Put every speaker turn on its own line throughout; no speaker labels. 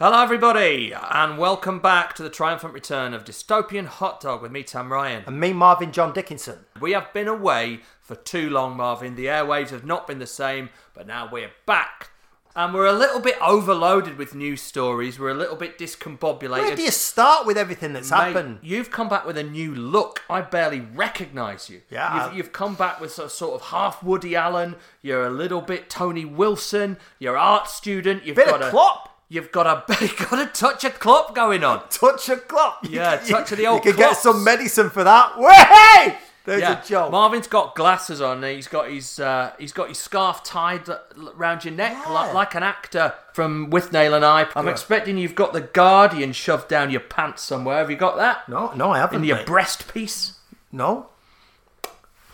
everybody, and welcome back to the triumphant return of Dystopian Hot Dog with me, Tam Ryan.
And me, Marvin John Dickinson.
We have been away for too long, Marvin. The airwaves have not been the same, but now we're back. And we're a little bit overloaded with news stories. We're a little bit discombobulated.
Where do you start with everything that's
Mate,
happened?
You've come back with a new look. I barely recognise you.
Yeah.
You've, you've come back with a sort of half Woody Allen. You're a little bit Tony Wilson. You're art student. You've
Bit
got
of
a
Klopp.
You've got a you've got a touch of Klopp going on.
Touch of Klopp.
Yeah, touch of the old
You could
Klopps.
get some medicine for that. Way! There's a joke.
Marvin's got glasses on. And he's got his uh, he's got his scarf tied l- l- round your neck
Yeah.
like, like an actor from With Nail and I. I'm expecting you've got the Guardian shoved down your pants somewhere. Have you got that
no, no, I haven't.
in your
mate.
breast piece?
no.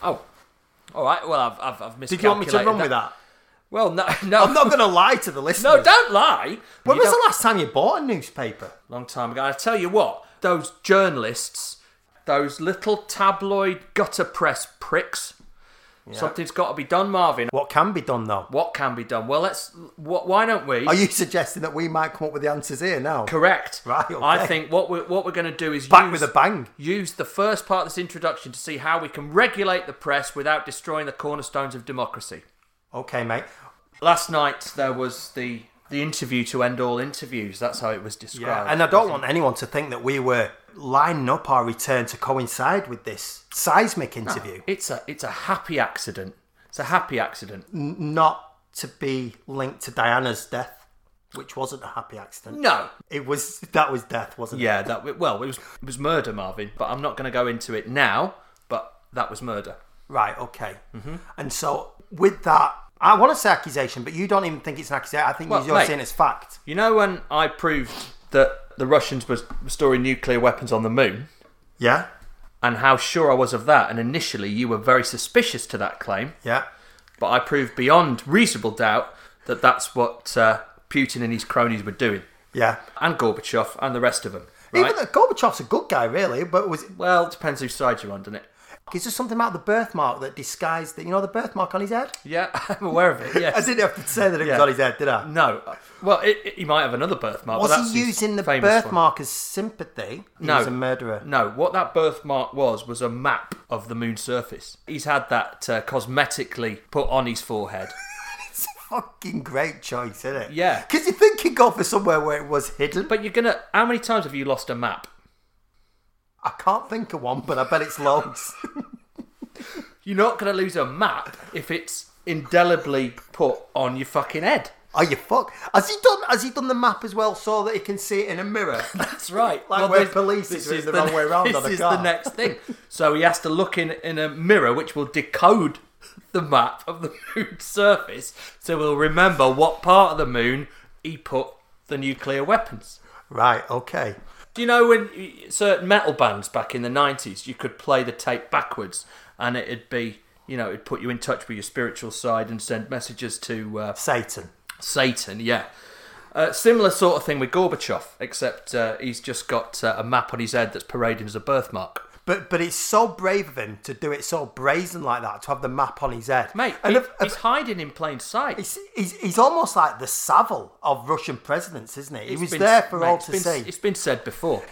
Oh, all right. Well, I've I've, I've
Did you want me to run with that?
Well, no, no,
I'm not going to lie to the listeners.
no. Don't lie.
When
You
was
don't-
the last time you bought a newspaper?
long time ago. I tell you what, those journalists, those little tabloid gutter press pricks. Something's got to be done, Marvin.
What can be done though?
What can be done? Well, let's. What, why don't we?
Are you suggesting that we might come up with the answers here now?
correct?
Right, okay.
I think what we're what we're going to do is
Back
use,
with a bang.
use the first part of this introduction to see how we can regulate the press without destroying the cornerstones of democracy.
Okay, mate.
Last night there was the the interview to end all interviews. That's how it was described.
And I don't want anyone to think that we were lining up our return to coincide with this seismic interview.
It's a it's a happy accident. It's a happy accident.
Not to be linked to Diana's death, which wasn't a happy accident.
No.
It was that was death, wasn't
Yeah, that well, it was it was murder, Marvin. But I'm not going to go into it now. But that was murder.
it? Right. Okay.
Mm-hmm.
And so with that, I want to say accusation, but you don't even think it's an accusation. I think
Well,
you're
mate.
saying it's fact.
You know when I proved that the Russians were storing nuclear weapons on the moon,
Yeah.
and how sure I was of that. And initially, you were very suspicious to that claim,
Yeah.
but I proved beyond reasonable doubt that that's what uh, Putin and his cronies were doing,
Yeah.
and Gorbachev and the rest of them.
Even though Gorbachev's a good guy, really, but was
Well, it depends whose side you're on, doesn't it?
is there something about the birthmark that disguised the you know the birthmark on his head?
Yeah, I'm aware of it.
I
Yes.
didn't have to say that it
Yeah.
was on his head, did I?
No. Well, it, it, he might have another birthmark. but
Was
that's
he
his
using the
famous one.
birthmark as sympathy? He
No.
was a murderer.
No, what that birthmark was was a map of the moon's surface. He's had that uh, cosmetically put on his forehead.
It's a fucking great choice, isn't it?
Yeah.
Because you think he'd go for somewhere where it was hidden. But
But you're gonna. How many times have you lost a map?
I can't think of one, but I bet it's loads.
You're not gonna lose a map if it's indelibly put on your fucking head.
Are you fuck? Has he done? Has he done the map as well so that he can see it in a mirror?
That's right.
Like where police is written the wrong way round
This
on a
is the
car.
next thing. So he has to look in in a mirror, which will decode the map of the moon's surface, so we'll remember what part of the moon he put the nuclear weapons.
right. Okay.
Do you know when y- certain metal bands back in the nineties, you could play the tape backwards, and it'd be, you know, it'd put you in touch with your spiritual side and send messages to uh,
Satan.
Satan. Yeah, uh, similar sort of thing with Gorbachev, except uh, he's just got uh, a map on his head that's parading as a birthmark.
But but it's so brave of him to do it so brazen like that to have the map on his head,
Mate,
And
he-
if- if-
he's hiding in plain sight.
He's, he's, he's almost like the Savile of Russian presidents, isn't he? He
It's
was
been-
there for
mate,
all
it's
to
been-
see.
It's been said before.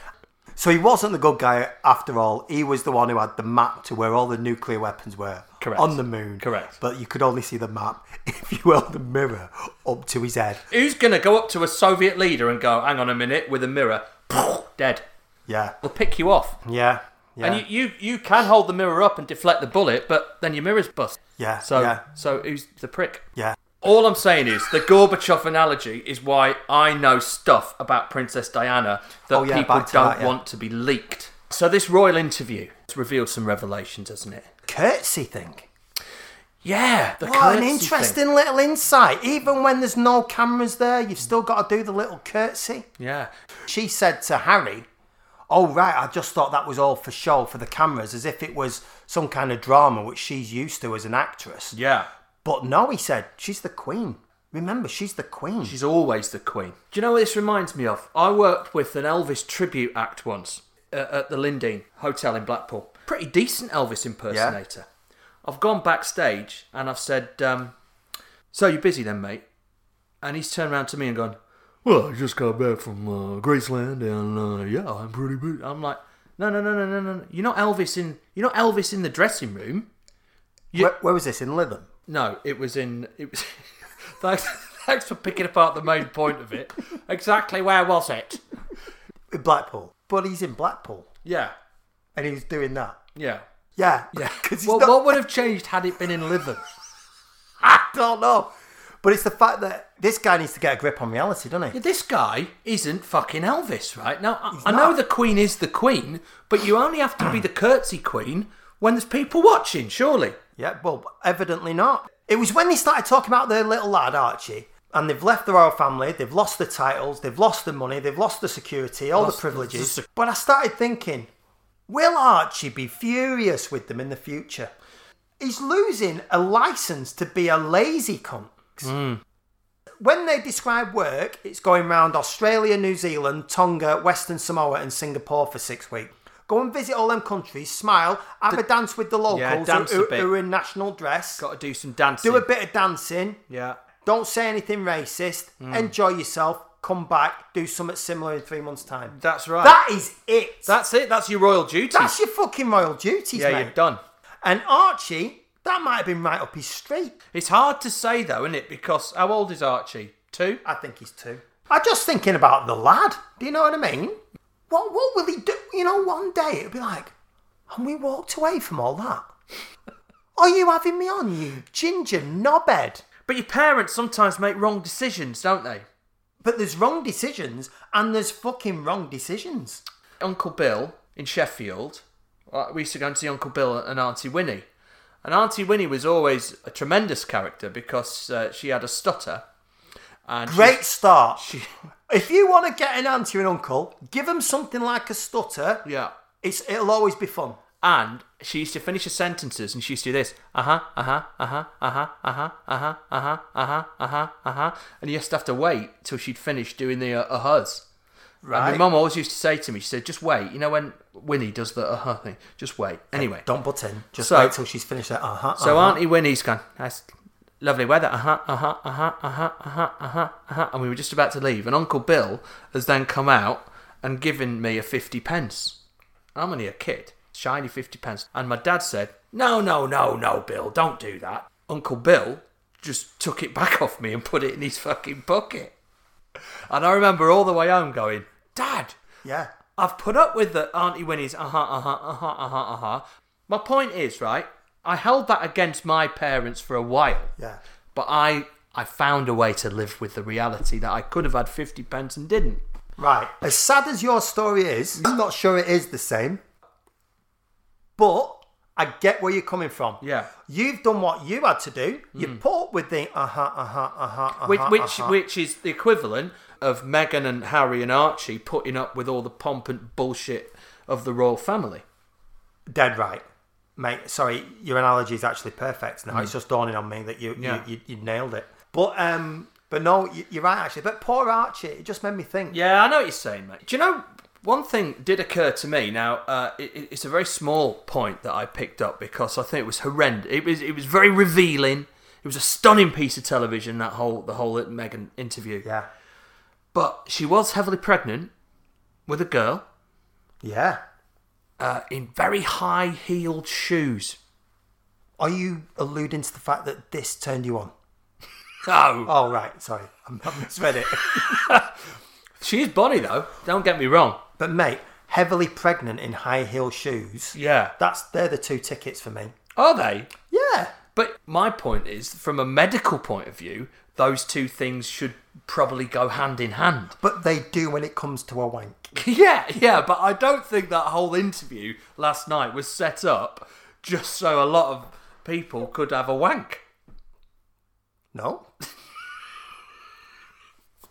So he wasn't the good guy after all. He was the one who had the map to where all the nuclear weapons were
Correct.
on the moon.
Correct.
But you could only see the map if you held the mirror up to his head.
Who's gonna go up to a Soviet leader and go, "Hang on a minute," with a mirror, dead?
Yeah.
They'll pick you off.
Yeah. Yeah.
And you, you, you can hold the mirror up and deflect the bullet, but then your mirror's bust.
yeah.
So
yeah.
so who's the prick?
Yeah.
All I'm saying is the Gorbachev analogy is why I know stuff about Princess Diana that
Oh, yeah,
people
back
don't
to that, yeah.
want to be leaked. So this royal interview has revealed some revelations, hasn't it?
Curtsy thing.
Yeah, the
What an
curtsy
interesting little insight. Even when there's no cameras there, you've still got to do the little curtsy.
thing. Yeah,
She said to Harry, Oh, right, I just thought that was all for show for the cameras, as if it was some kind of drama which she's used to as an actress.
yeah.
But no, he said, she's the queen. Remember, she's the queen.
She's always the queen. Do you know what this reminds me of? I worked with an Elvis tribute act once uh, at the Lindeen Hotel in Blackpool. Pretty decent Elvis impersonator. I've gone backstage and I've said, um, "So you're busy then, mate?" And he's turned round to me and gone, well, I just got back from uh, Graceland, and uh, yeah, I'm pretty big. I'm like, no, no, no, no, no, no. You're not Elvis in. You're not Elvis in the dressing room.
Where, where was this in Lytham?
No, it was in. It was. thanks, thanks for picking apart the main point of it. Exactly where was it?
In Blackpool. But he's in Blackpool,
Yeah,
and he was doing that.
yeah.
Yeah,
Yeah.
'cause he's
Well,
not-
what would have changed had it been in Lytham?
I don't know. But it's the fact that this guy needs to get a grip on reality, doesn't he?
Yeah, This guy isn't fucking Elvis, right? Now, I, I
not.
know the Queen is the Queen, but you only have to be the curtsy Queen when there's people watching, surely.
Yeah, well, evidently not. It was when they started talking about their little lad, Archie, and they've left the royal family, they've lost the titles, they've lost the money, they've lost the security, all the
Lost the
privileges.
sec-
but I started thinking, will Archie be furious with them in the future? He's losing a license to be a lazy cunt.
Hmm.
When they describe work, it's going round Australia, New Zealand, Tonga, Western Samoa, and Singapore for six weeks. Go and visit all them countries, smile, have a dance with the locals
dance a
who, who-
bit.
who are in national dress,
Got to do some dancing.
do a bit of dancing,
Yeah.
don't say anything racist,
Mm.
enjoy yourself, come back, do something similar in three months' time.
That's right.
That is it.
That's it. That's your royal duties.
That's your fucking royal duties,
yeah,
mate.
you've done.
And Archie, that might have been right up his street.
It's hard to say, though, isn't it? Because how old is Archie? Two?
I think he's two. I'm just thinking about the lad. Do you know what I mean? What what will he do? You know, one day it'll be like, and we walked away from all that. Are you having me on, you ginger knobhead?
But your parents sometimes make wrong decisions, don't they?
But there's wrong decisions, and there's fucking wrong decisions.
Uncle Bill in Sheffield, uh, we used to go and see Uncle Bill and Auntie Winnie. And Auntie Winnie was always a tremendous character because uh, she had a stutter. And she-
Great start.
She,
If you want to get an auntie and uncle, give them something like a stutter.
yeah.
It's it'll always be fun.
And she used to finish her sentences and she used to do this. Uh huh, uh huh, uh huh, uh huh, uh huh, uh huh, uh huh, uh huh, uh huh, uh huh. And you used to have to wait till she'd finished doing the uh uhs. And my
Right.
mum always used to say to me, she said, just wait. You know when Winnie does the uh huh thing? Just wait. Anyway.
Don't butt in. Just
So-
wait till she's finished that. Uh huh.
So Auntie Winnie's gone. That's lovely weather. Uh huh. Uh huh. Uh huh. Uh huh. Uh huh. Uh huh. Uh-huh. And we were just about to leave, and Uncle Bill has then come out and given me a fifty pence. And I'm only a kid, shiny fifty pence. And my dad said, "No, no, no, no, Bill, don't do that." Uncle Bill just took it back off me and put it in his fucking pocket. And I remember all the way home going, "Dad,
yeah.
I've put up with the Auntie Winnie's uh huh, uh huh, uh huh, uh huh, uh huh. My point is, right, I held that against my parents for a while,
Yeah.
but I, I found a way to live with the reality that I could have had 50 pence and didn't.
Right. As sad as your story is,
Mm.
I'm not sure it is the same. But I get where you're coming from.
Yeah. Mm.
You've done what you had to do. You put up with the uh huh, uh huh, uh huh, uh
Which, which, which is the equivalent of Meghan and Harry and Archie putting up with all the pomp and bullshit of the royal family.
Dead right. Mate, sorry, your analogy is actually perfect now. It's just dawning on me that you,
Mm. Yeah.
you, you you nailed it. But um but no, you- you're right actually. But poor Archie, it just made me think.
Yeah, I know what you're saying, mate. Do you know one thing did occur to me? Now, uh, it, it- it's a very small point that I picked up because I think it was horrendous. It was it was very revealing. It was a stunning piece of television. That whole the whole Megan interview.
Yeah.
But she was heavily pregnant with a girl
Yeah.
uh, in very high heeled shoes.
Are you alluding to the fact that this turned you on?
Oh,
Oh right, sorry. I'm, I misread it.
she is bonny though. Don't get me wrong.
But mate, heavily pregnant in high heel shoes.
Yeah,
That's they're the two tickets for me.
are they?
Yeah.
But my point is, from a medical point of view, those two things should probably go hand in hand.
But they do when it comes to a wank.
Yeah, yeah, but I don't think that whole interview last night was set up just so a lot of people could have a wank.
No.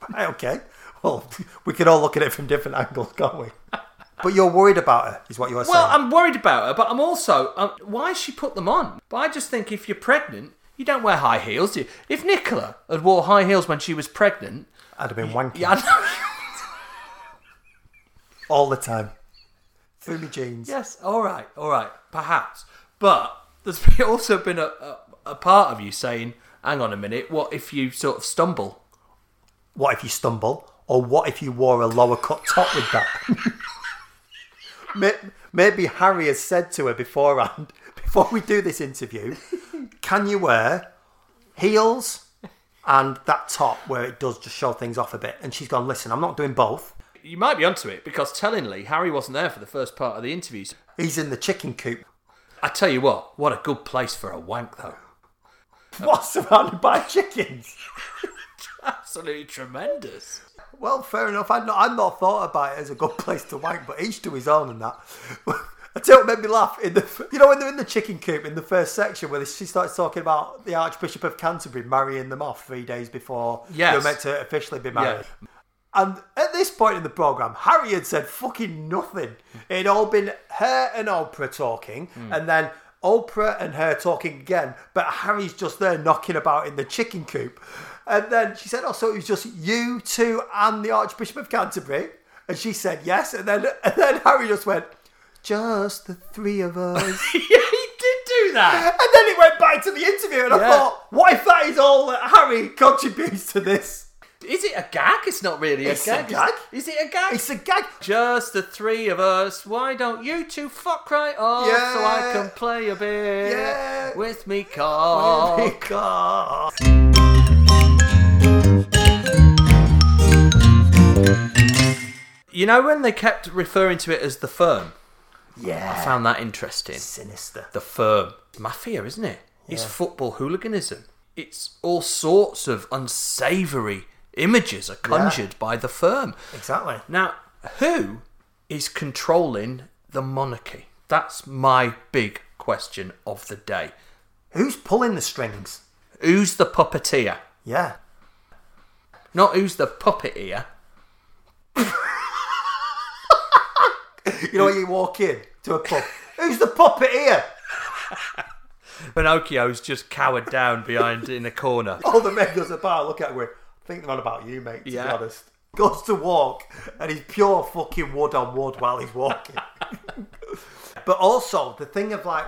Right, okay. Well, we could all look at it from different angles, can't we? But you're worried about her, is what you're
Well,
saying.
I'm worried about her, but I'm also um, why has she put them on? But I just think if you're pregnant, you don't wear high heels. do you? If Nicola had wore high heels when she was pregnant,
I'd have been wanking
yeah, I know-
all the time. Through my jeans.
yes, all right, all right, perhaps. But there's been- also been a, a, a part of you saying, "Hang on a minute, what if you sort of stumble?"
What if you stumble? or what if you wore a lower cut top with that? May- Maybe Harry has said to her beforehand, before we do this interview, can you wear heels and that top where it does just show things off a bit? And she's gone, listen, I'm not doing both.
You might be onto it because tellingly, Harry wasn't there for the first part of the interviews.
He's in the chicken coop.
I tell you what, what a good place for a wank though.
What's surrounded by chickens?
Absolutely tremendous.
Well, fair enough. I'd not, I'd not thought about it as a good place to wank, but each to his own and that. I tell you what made me laugh. In the, f- you know, when they're in the chicken coop in the first section where she starts talking about the Archbishop of Canterbury marrying them off three days before
Yes.
they were meant to officially be married. And at this point in the programme, Harry had said fucking nothing. It'd all been her and Oprah talking, and then Oprah and her talking again, but Harry's just there knocking about in the chicken coop. And then she said, Oh, so it was just you two and the Archbishop of Canterbury? And she said, Yes. And then, and then Harry just went, Just the three of us.
yeah, he did do that.
And then it went back to the interview, and I
Yeah.
thought, What if that is all that Harry contributes to this?
Is it a gag? It's not really a
It's a
gag. is
gag.
it? Is it a gag?
It's a gag.
Just the three of us. Why don't you two fuck right off so I
Yeah.
can play a bit
Yeah.
with me, Carl?
God.
You know when they kept referring to it as the firm?
Yeah.
I found that interesting.
sinister.
The firm. Mafia, isn't it? It's football hooliganism. It's all sorts of unsavoury images are conjured by the firm.
Exactly.
Now, who is controlling the monarchy? That's my big question of the day.
Who's pulling the strings?
Who's the puppeteer?
Yeah.
Not who's the puppeteer.
You know, you walk in to a pub. Who's the puppet here?
Pinocchio's just cowered down behind in a corner.
All the men goes about, look at him, going, I think they're on about you, mate, to be
Yeah.
honest. Goes to walk, and he's pure fucking wood on wood while he's walking. but also, the thing of like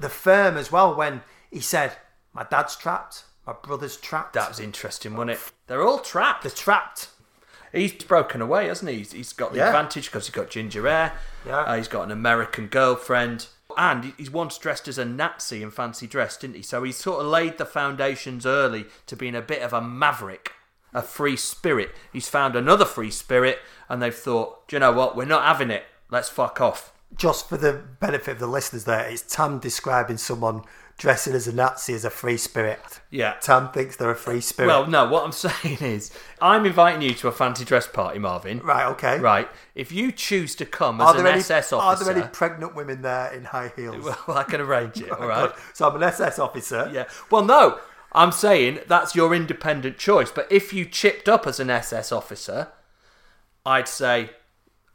the firm as well, when he said, My dad's trapped, my brother's trapped.
That was interesting, wasn't it? They're all trapped.
They're trapped.
He's broken away, hasn't he? He's, he's got the
Yeah.
advantage because he's got ginger hair.
Yeah.
Uh, he's got an American girlfriend. And he- he's once dressed as a Nazi in fancy dress, didn't he? So he's sort of laid the foundations early to being a bit of a maverick, a free spirit. He's found another free spirit, and they've thought, do you know what? We're not having it. Let's fuck off.
just for the benefit of the listeners there, it's Tam describing someone dressing as a Nazi as a free spirit.
Yeah.
Tam thinks they're a free spirit.
Well, no, what I'm saying is, I'm inviting you to a fancy dress party, Marvin.
right, okay.
Right. If you choose to come as
Are
an
there, any,
SS
are
officer,
there any pregnant women there in high heels?
well, I can arrange it. all right.
So I'm an SS officer.
Yeah. Well, no, I'm saying that's your independent choice. But if you chipped up as an SS officer, I'd say,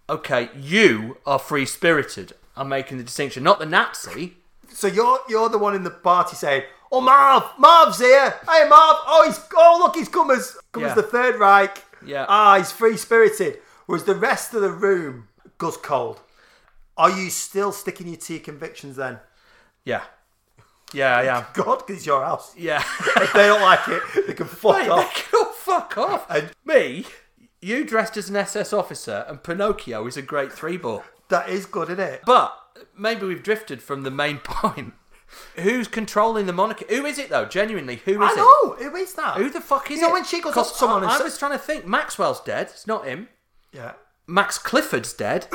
okay, you are free spirited. I'm making the distinction, not the Nazi.
So you're you're the one in the party saying, "Oh, Marv, Marv's here. Hey, Marv. Oh, he's oh look, he's come as come
Yeah.
as the Third Reich.
Yeah.
Ah, he's free spirited. Whereas the rest of the room goes cold. Are you still sticking your to your convictions then?
Yeah. Yeah, I am.
God, 'cause it's your house.
Yeah.
if they don't like it, they can fuck
Mate, they
off.
can all fuck off.
And-
Me, you dressed as an SS officer, and Pinocchio is a great three ball.
That is good, isn't it?
But maybe we've drifted from the main point. Who's controlling the monarchy? Who is it though? Genuinely, who is
I
it?
know. Who is that?
Who the fuck is
You know
it?
when she goes
'Cause
up to someone
I,
and
I
sa-
was trying to think. Maxwell's dead. It's not him.
yeah.
Max Clifford's dead.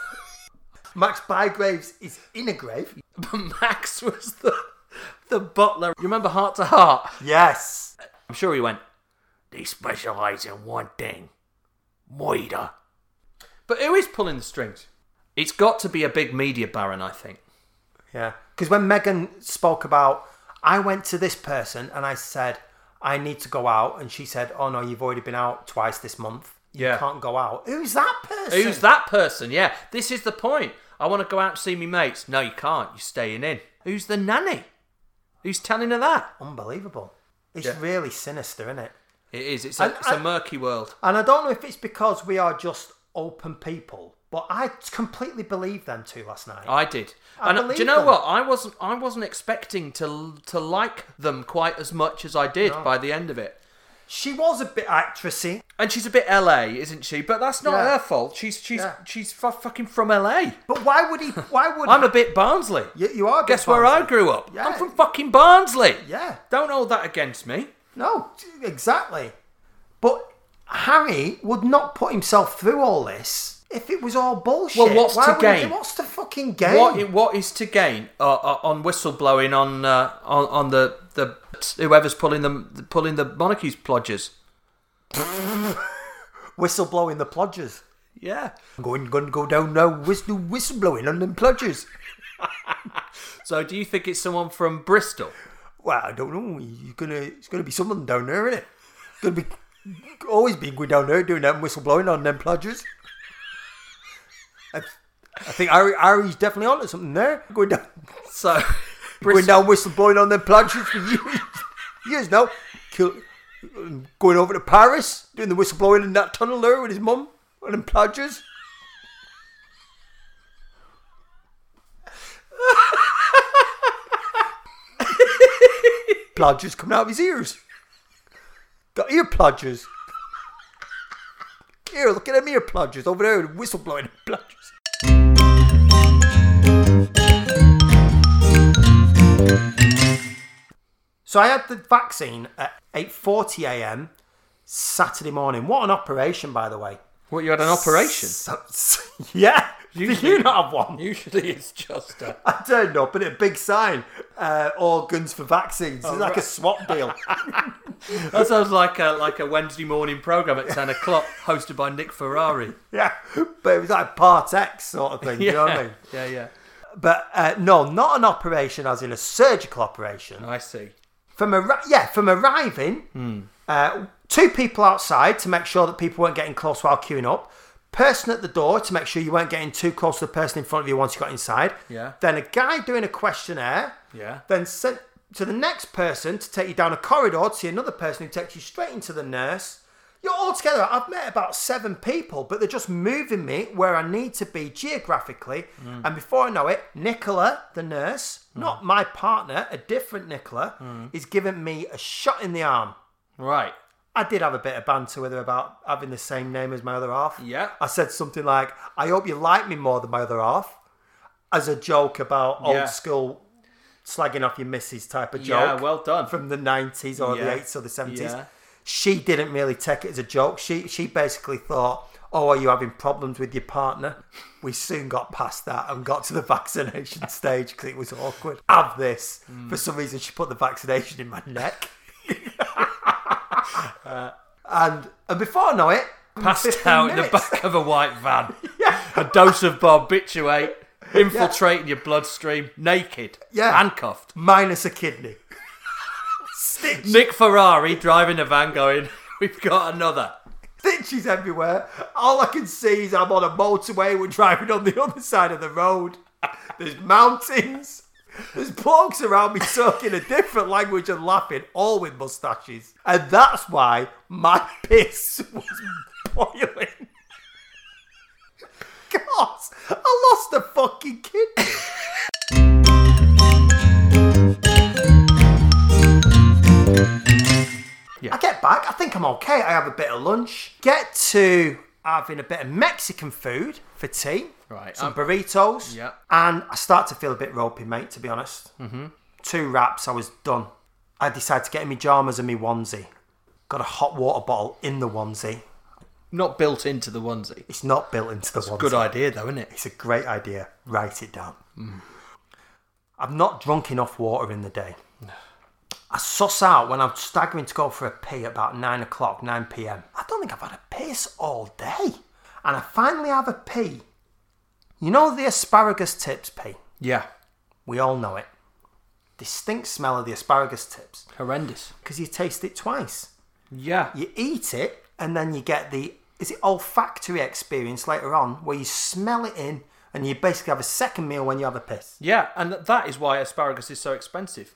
Max Bygraves is in a grave.
But Max was the the butler. You remember Heart to Heart?
Yes.
I'm sure he went. They specialise in one thing, moida. But who is pulling the strings? It's got to be a big media baron, I think.
Yeah. Because when Megan spoke about, I went to this person and I said, I need to go out. And she said, Oh, no, you've already been out twice this month. You
Yeah.
can't go out. Who's that person?
Who's that person? Yeah, this is the point. I want to go out and see me mates. No, you can't. You're staying in. Who's the nanny? Who's telling her that?
Unbelievable. It's
Yeah.
really sinister, isn't it?
It is. It's a,
And
it's a
I-
murky world.
And I don't know if it's because we are just open people, but I completely believed them two last night.
I did.
I
and uh, do
believe
you know
them.
what? I wasn't. I wasn't expecting to to like them quite as much as I did by the end of it.
She was a bit actressy.
And she's a bit LA, isn't she? But that's not
Yeah.
her fault. She's she's
Yeah.
she's fu- fucking from LA.
But why would he? Why would
I'm a bit Barnsley.
you, you are? a bit
Guess where I
Barnsley.
grew up?
Yeah.
I'm from fucking Barnsley.
Yeah.
Don't hold that against me.
No, exactly. But Harry would not put himself through all this if it was all bullshit.
Well, what's
Why
to
would he do-
gain?
What's to fucking gain?
What what is to gain uh, uh, on whistleblowing on uh, on on the the whoever's pulling the pulling the monarchy's plodgers?
Whistle blowing the plodgers.
Yeah.
Going, going, go down now. Whistle, whistle blowing on them plodgers.
So do you think it's someone from Bristol?
Well, I don't know. You're gonna, it's gonna be someone down there, isn't it? Gonna be always been going down there doing that whistle blowing on them plodgers. I, I think Ari, Ari's definitely on to something there. Going down,
So
going
Bristol,
down whistle blowing on them plodgers for years, years now. Kill, um, going over to Paris doing the whistle blowing in that tunnel there with his mum on them plodgers. plodgers coming out of his ears. Got ear plodgers. Here, look at them ear plodgers over there, whistle blowing plodgers. So I had the vaccine at 8:40 a.m. Saturday morning. What an operation, by the way.
what you had an operation?
So- yeah. Did you not have one?
Usually it's just a
I turned up and it had a big sign, uh, all guns for vaccines. it's like a swap deal.
That sounds like a like a Wednesday morning program at ten o'clock, hosted by Nick Ferrari.
yeah. But it was like part X sort of thing, you know what I mean?
yeah, yeah.
But uh, no, not an operation as in a surgical operation.
I see.
From a yeah, from arriving, uh, two people outside to make sure that people weren't getting close while queuing up. Person at the door to make sure you weren't getting too close to the person in front of you once you got inside.
Yeah.
Then a guy doing a questionnaire.
Yeah.
Then sent to the next person to take you down a corridor to see another person who takes you straight into the nurse. You're all together. I've met about seven people, but they're just moving me where I need to be geographically. And before I know it, Nicola, the nurse, not my partner, a different Nicola, is giving me a shot in the arm.
Right.
I did have a bit of banter with her about having the same name as my other half.
Yeah.
I said something like, I hope you like me more than my other half, as a joke about
Yeah.
old school slagging off your missus type of joke
Yeah. Well done.
from the 90s or
Yeah.
the 80s or the 70s.
Yeah.
She didn't really take it as a joke. She she basically thought, "Oh, are you having problems with your partner?" We soon got past that and got to the vaccination stage because it was awkward. Have this
Hmm.
for some reason. She put the vaccination in my neck, Uh, and and before I know it,
Passed
15
out in the
minutes.
back of a white van. A dose of barbiturate infiltrating your bloodstream, naked,
Yeah.
handcuffed.
minus a kidney. Stitch.
Nick Ferrari driving a van, going, "We've got another."
Stitches everywhere. All I can see is I'm on a motorway. We're driving on the other side of the road. There's mountains. There's blokes around me talking a different language and laughing, all with mustaches. And that's why my piss was boiling. God, I lost a fucking kidney. I get back. I think I'm okay. I have a bit of lunch. Get to having a bit of Mexican food for tea.
Right,
Some
I'm-
burritos.
Yeah.
And I start to feel a bit ropey, mate. To be honest. Mm-hmm. Two wraps. I was done. I decided to get in my jammers and my onesie. Got a hot water bottle in the onesie.
Not built into the onesie.
It's not built into the onesie.
Good idea, though, isn't it?
It's a great idea. Write it down. I've not drunk enough water in the day. I suss out when I'm staggering to go for a pee at about 9 o'clock, 9 pm. I don't think I've had a piss all day. And I finally have a pee. You know the asparagus tips pee?
Yeah.
We all know it. Distinct smell of the asparagus tips
Horrendous.
because you taste it twice.
Yeah.
You eat it and then you get the is it olfactory experience later on where you smell it in and you basically have a second meal when you have a piss.
Yeah, and that is why asparagus is so expensive.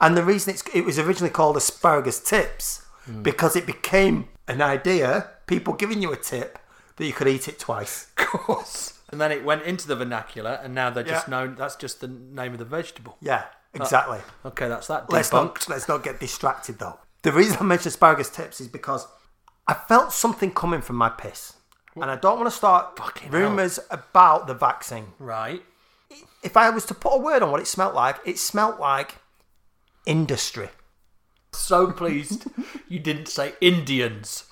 And the reason it's, it was originally called asparagus tips
Hmm.
because it became an idea, people giving you a tip that you could eat it twice.
Of course. And then it went into the vernacular, and now they're just
Yeah.
known. That's just the name of the vegetable.
Yeah, exactly.
Okay, that's that
let's
Uh, debunked.
not let's not get distracted though. The reason I mentioned asparagus tips is because I felt something coming from my piss. And I don't want to start
Fucking hell.
rumours about the vaccine.
Right.
If I was to put a word on what it smelt like, it smelt like industry.
So pleased you didn't say Indians.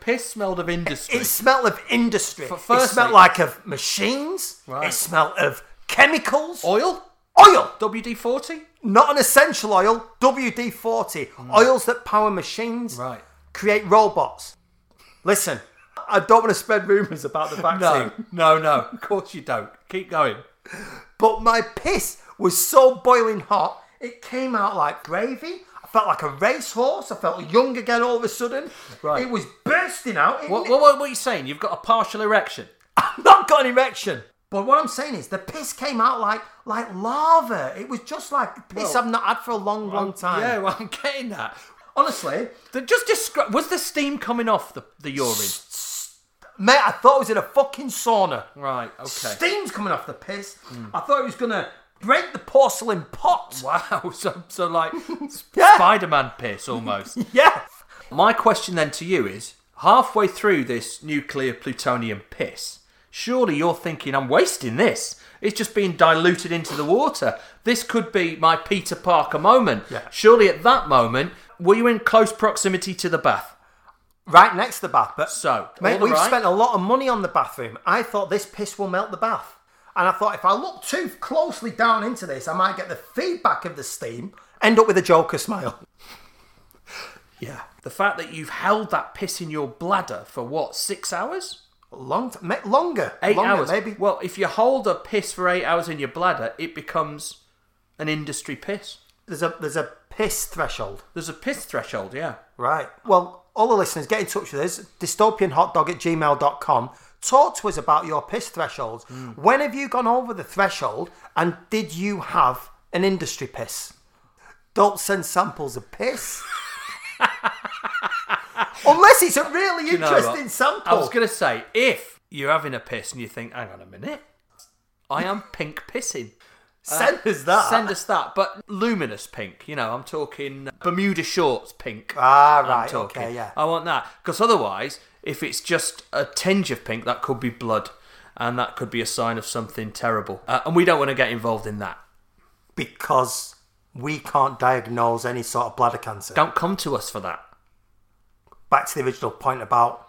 Piss smelled of industry.
It smelled of industry.
firstly-
it smelled like of machines.
Right.
It smelled of chemicals.
Oil?
Oil,
WD 40?
not an essential oil, WD 40. Oils that power machines,
Hmm. Right.
create robots. Listen, I don't want to spread rumours about the vaccine,
No, no, no. Of course you don't. Keep going.
but my piss was so boiling hot, it came out like gravy. I felt like a racehorse. I felt young again all of a sudden.
Right.
It was bursting out. It-
What, what, what are you saying? You've got a partial erection.
I've not got an erection. But what I'm saying is the piss came out like like lava. It was just like piss
Well,
I've not had for a long, long time.
Yeah, well, I'm getting that.
Honestly,
They just describe. Was the steam coming off the, the urine?
mate, I thought I was in a fucking sauna.
Right, okay. Hmm.
Steam's coming off the piss. I thought it was gonna break the porcelain pot.
Wow, so, so like
Yeah.
Spider Man piss almost.
Yeah.
My question then to you is halfway through this nuclear plutonium piss, surely you're thinking, I'm wasting this. It's just being diluted into the water. This could be my Peter Parker moment.
Yeah.
Surely at that moment, were you in close proximity to the bath?
Right next to the bath, but
So, all
mate,
the
we've
right.
spent a lot of money on the bathroom. I thought this piss will melt the bath, and I thought if I look too closely down into this, I might get the feedback of the steam, end up with a Joker smile.
Yeah. The fact that you've held that piss in your bladder for what, six hours?
Long, t- ma- longer,
Eight
longer,
hours.
maybe.
Well, if you hold a piss for eight hours in your bladder, it becomes an industry piss.
There's a there's a piss threshold.
There's a piss threshold, yeah.
Right. Well, all the listeners, get in touch with us, dystopianhotdog at gmail.com. Talk to us about your piss thresholds.
Hmm.
When have you gone over the threshold and did you have an industry piss? Don't send samples of piss. Unless it's a really
You know what?
interesting sample.
I was going to say, if you're having a piss and you think, hang on a minute, I am pink pissing.
send us that.
uh, Send us that, but luminous pink. You know, I'm talking Bermuda shorts pink.
ah,
I'm
right.
talking.
Okay, yeah.
I want that. Because otherwise, if it's just a tinge of pink, that could be blood. And that could be a sign of something terrible. Uh, and we don't want to get involved in that.
Because we can't diagnose any sort of bladder cancer.
Don't come to us for that.
back to the original point about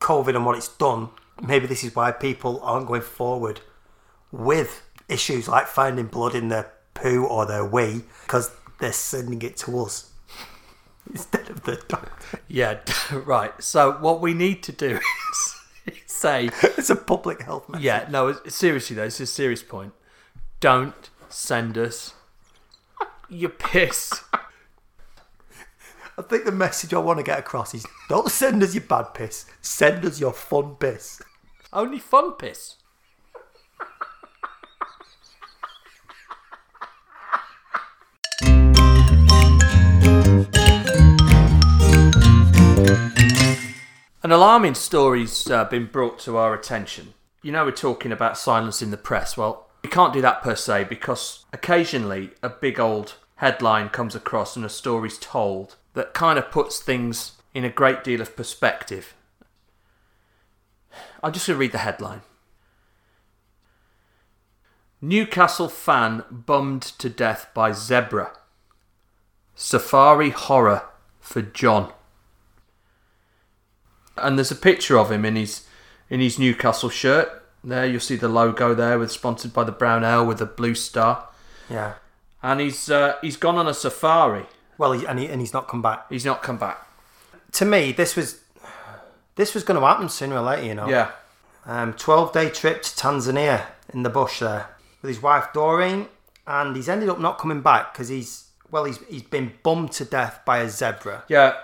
COVID and what it's done, maybe this is why people aren't going forward with issues like finding blood in their poo or their wee because they're sending it to us instead of the doctor.
Yeah, right. So, what we need to do is say,
It's a public health message.
yeah, no, it's- seriously though, it's a serious point. Don't send us your piss.
I think the message I want to get across is don't send us your bad piss, send us your fun piss.
Only fun piss. An alarming story's uh, been brought to our attention. You know, we're talking about silencing the press. Well, we can't do that per se because occasionally a big old headline comes across and a story's told that kind of puts things in a great deal of perspective. I'm just going to read the headline Newcastle fan bummed to death by zebra. Safari horror for John. And there's a picture of him in his in his Newcastle shirt. There you'll see the logo there with sponsored by the Brown Ale with a blue star.
Yeah.
And he's uh, he's gone on a safari.
Well, he, and, he, and he's not come back.
He's not come back.
To me, this was this was going to happen sooner or later, you know.
Yeah.
um, 12 day trip to Tanzania in the bush there with his wife Doreen, and he's ended up not coming back because he's well, he's he's been bummed to death by a zebra.
Yeah,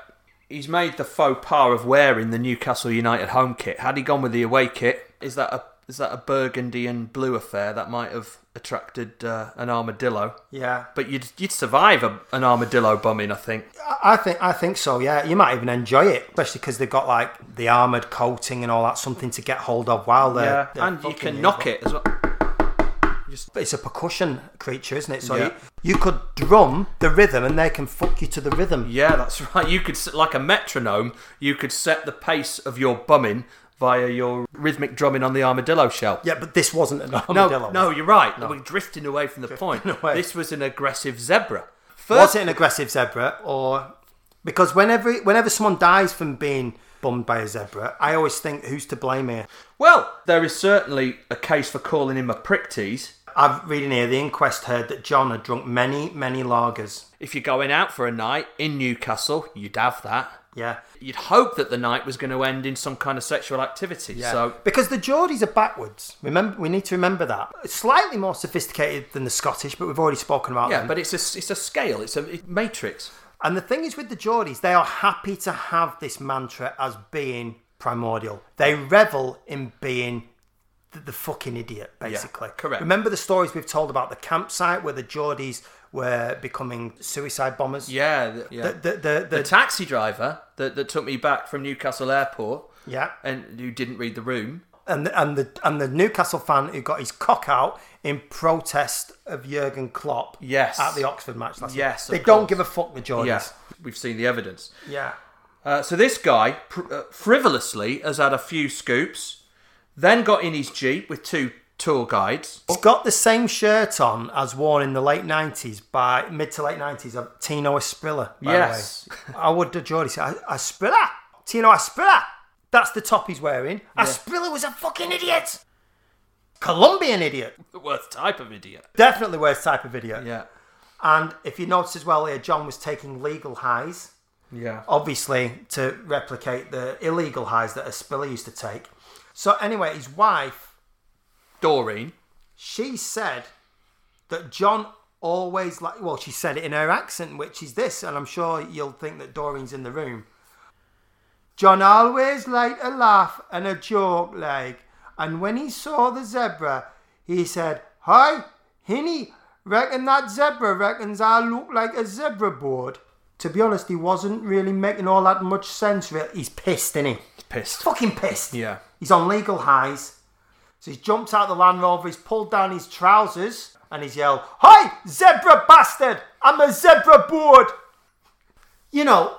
he's made the faux pas of wearing the Newcastle United home kit. Had he gone with the away kit, is that a is that a burgundy and blue affair that might have attracted uh, an armadillo?
Yeah,
But you'd you'd survive a, an armadillo bumming, I think.
I, I think I think so. Yeah, you might even enjoy it, especially because they've got like the armored coating and all that, something to get hold of while they're,
Yeah,
they're
Uh, and you
fucking
can
you.
knock it as well.
Just- It's a percussion creature, isn't it? So
Yeah.
you, you could drum the rhythm and they can fuck you to the rhythm.
Yeah, that's right. You could, s- like a metronome, you could set the pace of your bumming via your rhythmic drumming on the armadillo shell.
Yeah, but this wasn't an
No,
armadillo.
no, you're right. We're drifting away from the point.
away.
This was an aggressive zebra.
Was
First,
it an aggressive zebra or because whenever whenever someone dies from being bummed by a zebra, I always think who's to blame here.
well, there is certainly a case for calling him a prick tease.
I've reading here the inquest heard that John had drunk many many lagers.
If you're going out for a night in Newcastle, you'd have that.
Yeah.
You'd hope that the night was going to end in some kind of sexual activity. So,
because the Geordies are backwards. Remember we need to remember that. Slightly more sophisticated than the Scottish, but we've already spoken about
yeah,
them.
but it's a it's a scale. It's a it- matrix.
And the thing is with the Geordies, they are happy to have this mantra as being primordial. They revel in being the, the fucking idiot, basically.
correct.
Remember the stories we've told about the campsite where the Geordies were becoming suicide bombers?
Yeah, th- yeah.
The, the, the, the,
the taxi driver that, that took me back from Newcastle Airport
yeah.
and who didn't read the room.
And, the, and, the, and the Newcastle fan who got his cock out in protest of Jurgen Klopp
Yes.
at the Oxford match last
Yes,
year.
of
They don't
course.
give a fuck, the Geordies.
Yes, we've seen the evidence.
Yeah.
Uh, so this guy pr- uh, frivolously has had a few scoops, then got in his jeep with two tour guides.
He's got the same shirt on as worn in the late nineties by mid to late nineties of Tino Asprilla. By
Yes.
the way. I would Geordie say Asprilla. Tino Asprilla. That's the top he's wearing. Asprilla was a fucking idiot. Colombian idiot.
The worst type of idiot.
Definitely worst type of idiot.
Yeah,
And if you notice as well here, John was taking legal highs,
yeah.
obviously to replicate the illegal highs that Asprilla used to take. So anyway, his wife
Doreen.
she said that John always like well she said it in her accent which is this and I'm sure you'll think that Doreen's in the room John always liked a laugh and a joke like and when he saw the zebra he said hi hinny reckon that zebra reckons I look like a zebra board to be honest he wasn't really making all that much sense really he's pissed isn't he
Pissed.
fucking pissed
Yeah.
He's on legal highs. So he's jumped out of the Land Rover, he's pulled down his trousers, and he's yelled, Hi, zebra bastard! I'm a zebra board! You know,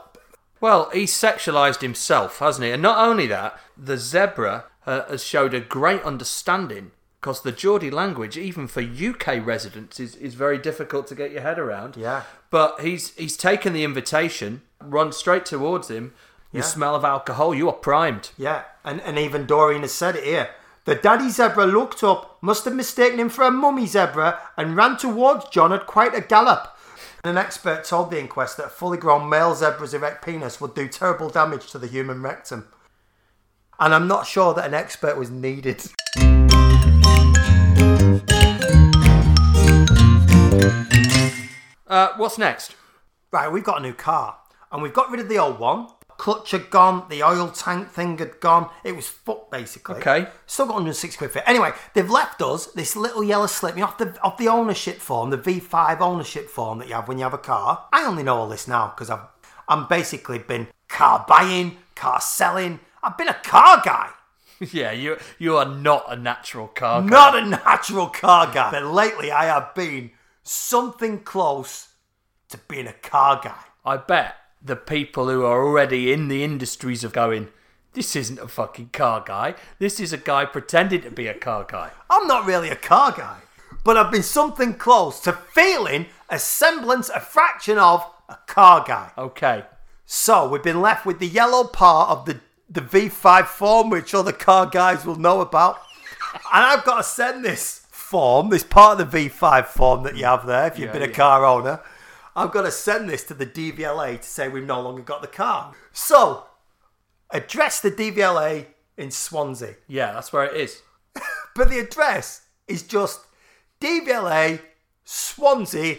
Well, he's sexualized himself, hasn't he? And not only that, the zebra uh, has showed a great understanding because the Geordie language, even for UK residents, is, is very difficult to get your head around.
Yeah.
But he's he's taken the invitation, run straight towards him. You
Yeah.
smell of alcohol, you are primed.
yeah, and, and even Doreen has said it here. The daddy zebra looked up, must have mistaken him for a mummy zebra, and ran towards John at quite a gallop. An expert told the inquest that a fully grown male zebra's erect penis would do terrible damage to the human rectum. And I'm not sure that an expert was needed.
Uh, what's next?
right, we've got a new car and we've got rid of the old one. Clutch had gone, the oil tank thing had gone. It was fucked basically.
Okay.
Still got 106 quid for it. Anyway, they've left us this little yellow slip you know, off the off the ownership form, the V5 ownership form that you have when you have a car. I only know all this now because I've I'm basically been car buying, car selling. I've been a car guy.
yeah, you you are not a natural car. guy.
Not a natural car guy. But lately I have been something close to being a car guy.
I bet the people who are already in the industries are going, this isn't a fucking car guy. This is a guy pretending to be a car guy.
I'm not really a car guy, but I've been something close to feeling a semblance, a fraction of a car guy.
Okay.
So we've been left with the yellow part of the, the V5 form, which other car guys will know about. and I've got to send this form, this part of the V5 form that you have there, if you've
Yeah,
been a
yeah.
car owner, I've got to send this to the DVLA to say we've no longer got the car. So address the DVLA in Swansea.
Yeah, that's where it is.
But the address is just DVLA Swansea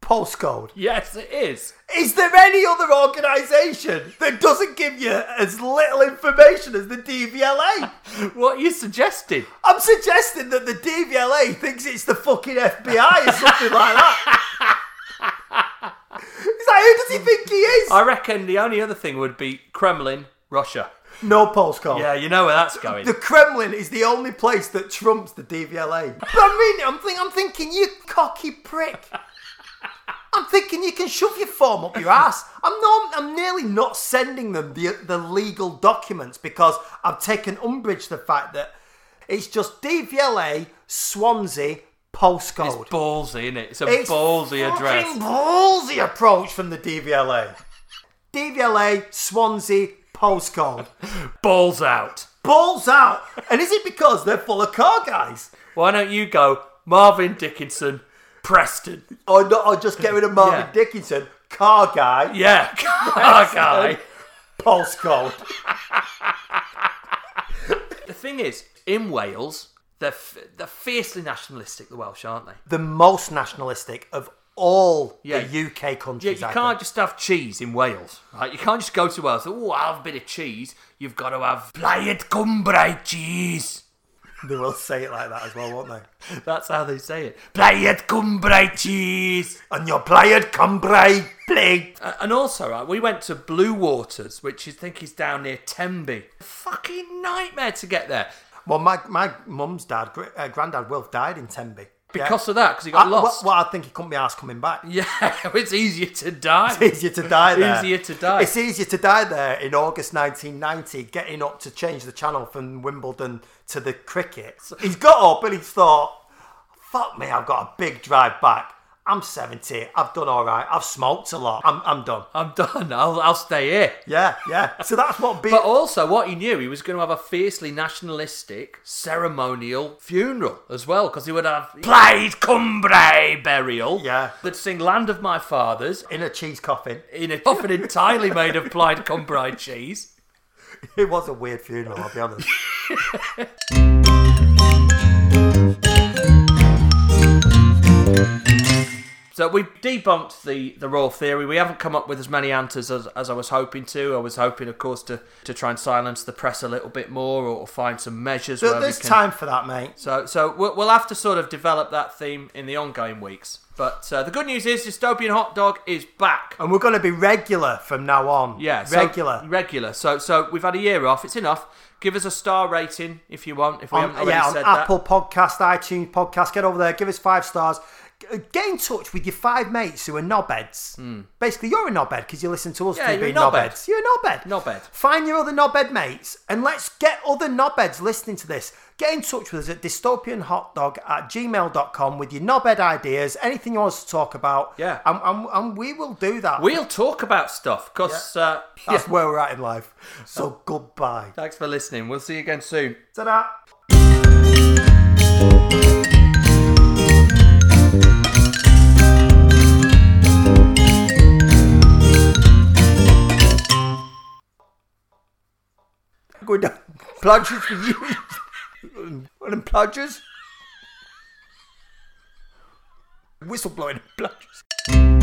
postcode.
Yes, it is.
Is there any other organisation that doesn't give you as little information as the DVLA?
What you suggested?
I'm suggesting that the DVLA thinks it's the fucking FBI or something like that. It's like, who does he think he is?
I reckon the only other thing would be Kremlin, Russia.
No postcode.
Yeah, you know where that's going.
The Kremlin is the only place that trumps the DVLA. But I mean, I'm, think, I'm thinking, you cocky prick. I'm thinking you can shove your form up your ass. I'm not. I'm nearly not sending them the the legal documents because I've taken umbrage to the fact that it's just DVLA Swansea
It's
postcode.
ballsy, isn't it? It's a ballsy
fucking
address.
ballsy approach from the DVLA. DVLA Swansea postcode.
Balls out.
Balls out. And is it because they're full of car guys?
Why don't you go Marvin Dickinson, Preston?
Or, not, or just get rid of Marvin
Yeah.
Dickinson, car guy,
Yeah, car guy.
postcode.
The thing is, in Wales, they're f- they're fiercely nationalistic. The Welsh, aren't they?
the most nationalistic of all
Yeah.
the UK countries.
Yeah, you
I
can't
think.
just have cheese in Wales, right? You can't just go to Wales. Oh, I'll have a bit of cheese. You've got to have Plaid Cymru cheese.
They will say it like that as well, won't they?
That's how they say it. Plaid Cymru cheese.
And your player Cambrai play.
Uh, and also, right, we went to Blue Waters, which you think is down near Temby. Fucking nightmare to get there
Well, my my mum's dad, gr- uh, granddad, Wilf died in Tembe
because of that, because he
I,
got lost.
Well, well, I think he couldn't be asked coming back.
Yeah, it's easier to die.
It's easier to die there.
Easier to die.
It's easier to die there in August 1990, getting up to change the channel from Wimbledon to the cricket. He's got up and he's thought, fuck me, I've got a big drive back. I'm 70. I've done all right. I've smoked a lot. I'm, I'm done.
I'm done. I'll, I'll stay here.
Yeah, yeah. So that's what being.
But also, what he knew, he was going to have a fiercely nationalistic ceremonial funeral as well, because he would have played Cumbrae burial.
Yeah.
They'd sing Land of My Fathers
in a cheese coffin.
in a coffin entirely made of Plaid Cumbrae cheese.
It was a weird funeral, I'll be honest.
So we debunked the, the raw theory. We haven't come up with as many answers as, as I was hoping to. I was hoping, of course, to, to try and silence the press a little bit more or, find some measures.
But
where
there's
we can...
time for that, mate.
So, so we'll, we'll have to sort of develop that theme in the ongoing weeks. But uh, the good news is, Dystopian Hot Dog is back.
And we're going to be regular from now on.
Yeah, so-
Regular.
regular. So, so we've had a year off. It's enough. Give us a star rating if you want. If we haven't
on,
already
yeah, on
said
Apple Podcast, iTunes Podcast. Get over there, give us five stars. G- Get in touch with your five mates who are knobheads. Basically, you're a knobhead because you listen to us
Hmm. Yeah,
through
you're a
being
knobhead.
knobheads. You're a knobhead.
Knobhead.
Find your other knobhead mates and let's get other knobheads listening to this. Get in touch with us at dystopianhotdog at gmail.com with your knobhead ideas, anything you want us to talk about.
Yeah.
And, and, and we will do that.
that. We'll talk about stuff. Cause uh, yeah. Uh,
That's where we're at in life. So goodbye.
Thanks for listening. We'll see you again soon.
Ta da! Go down. Plungers for you. What them plungers? Whistle blowing plungers.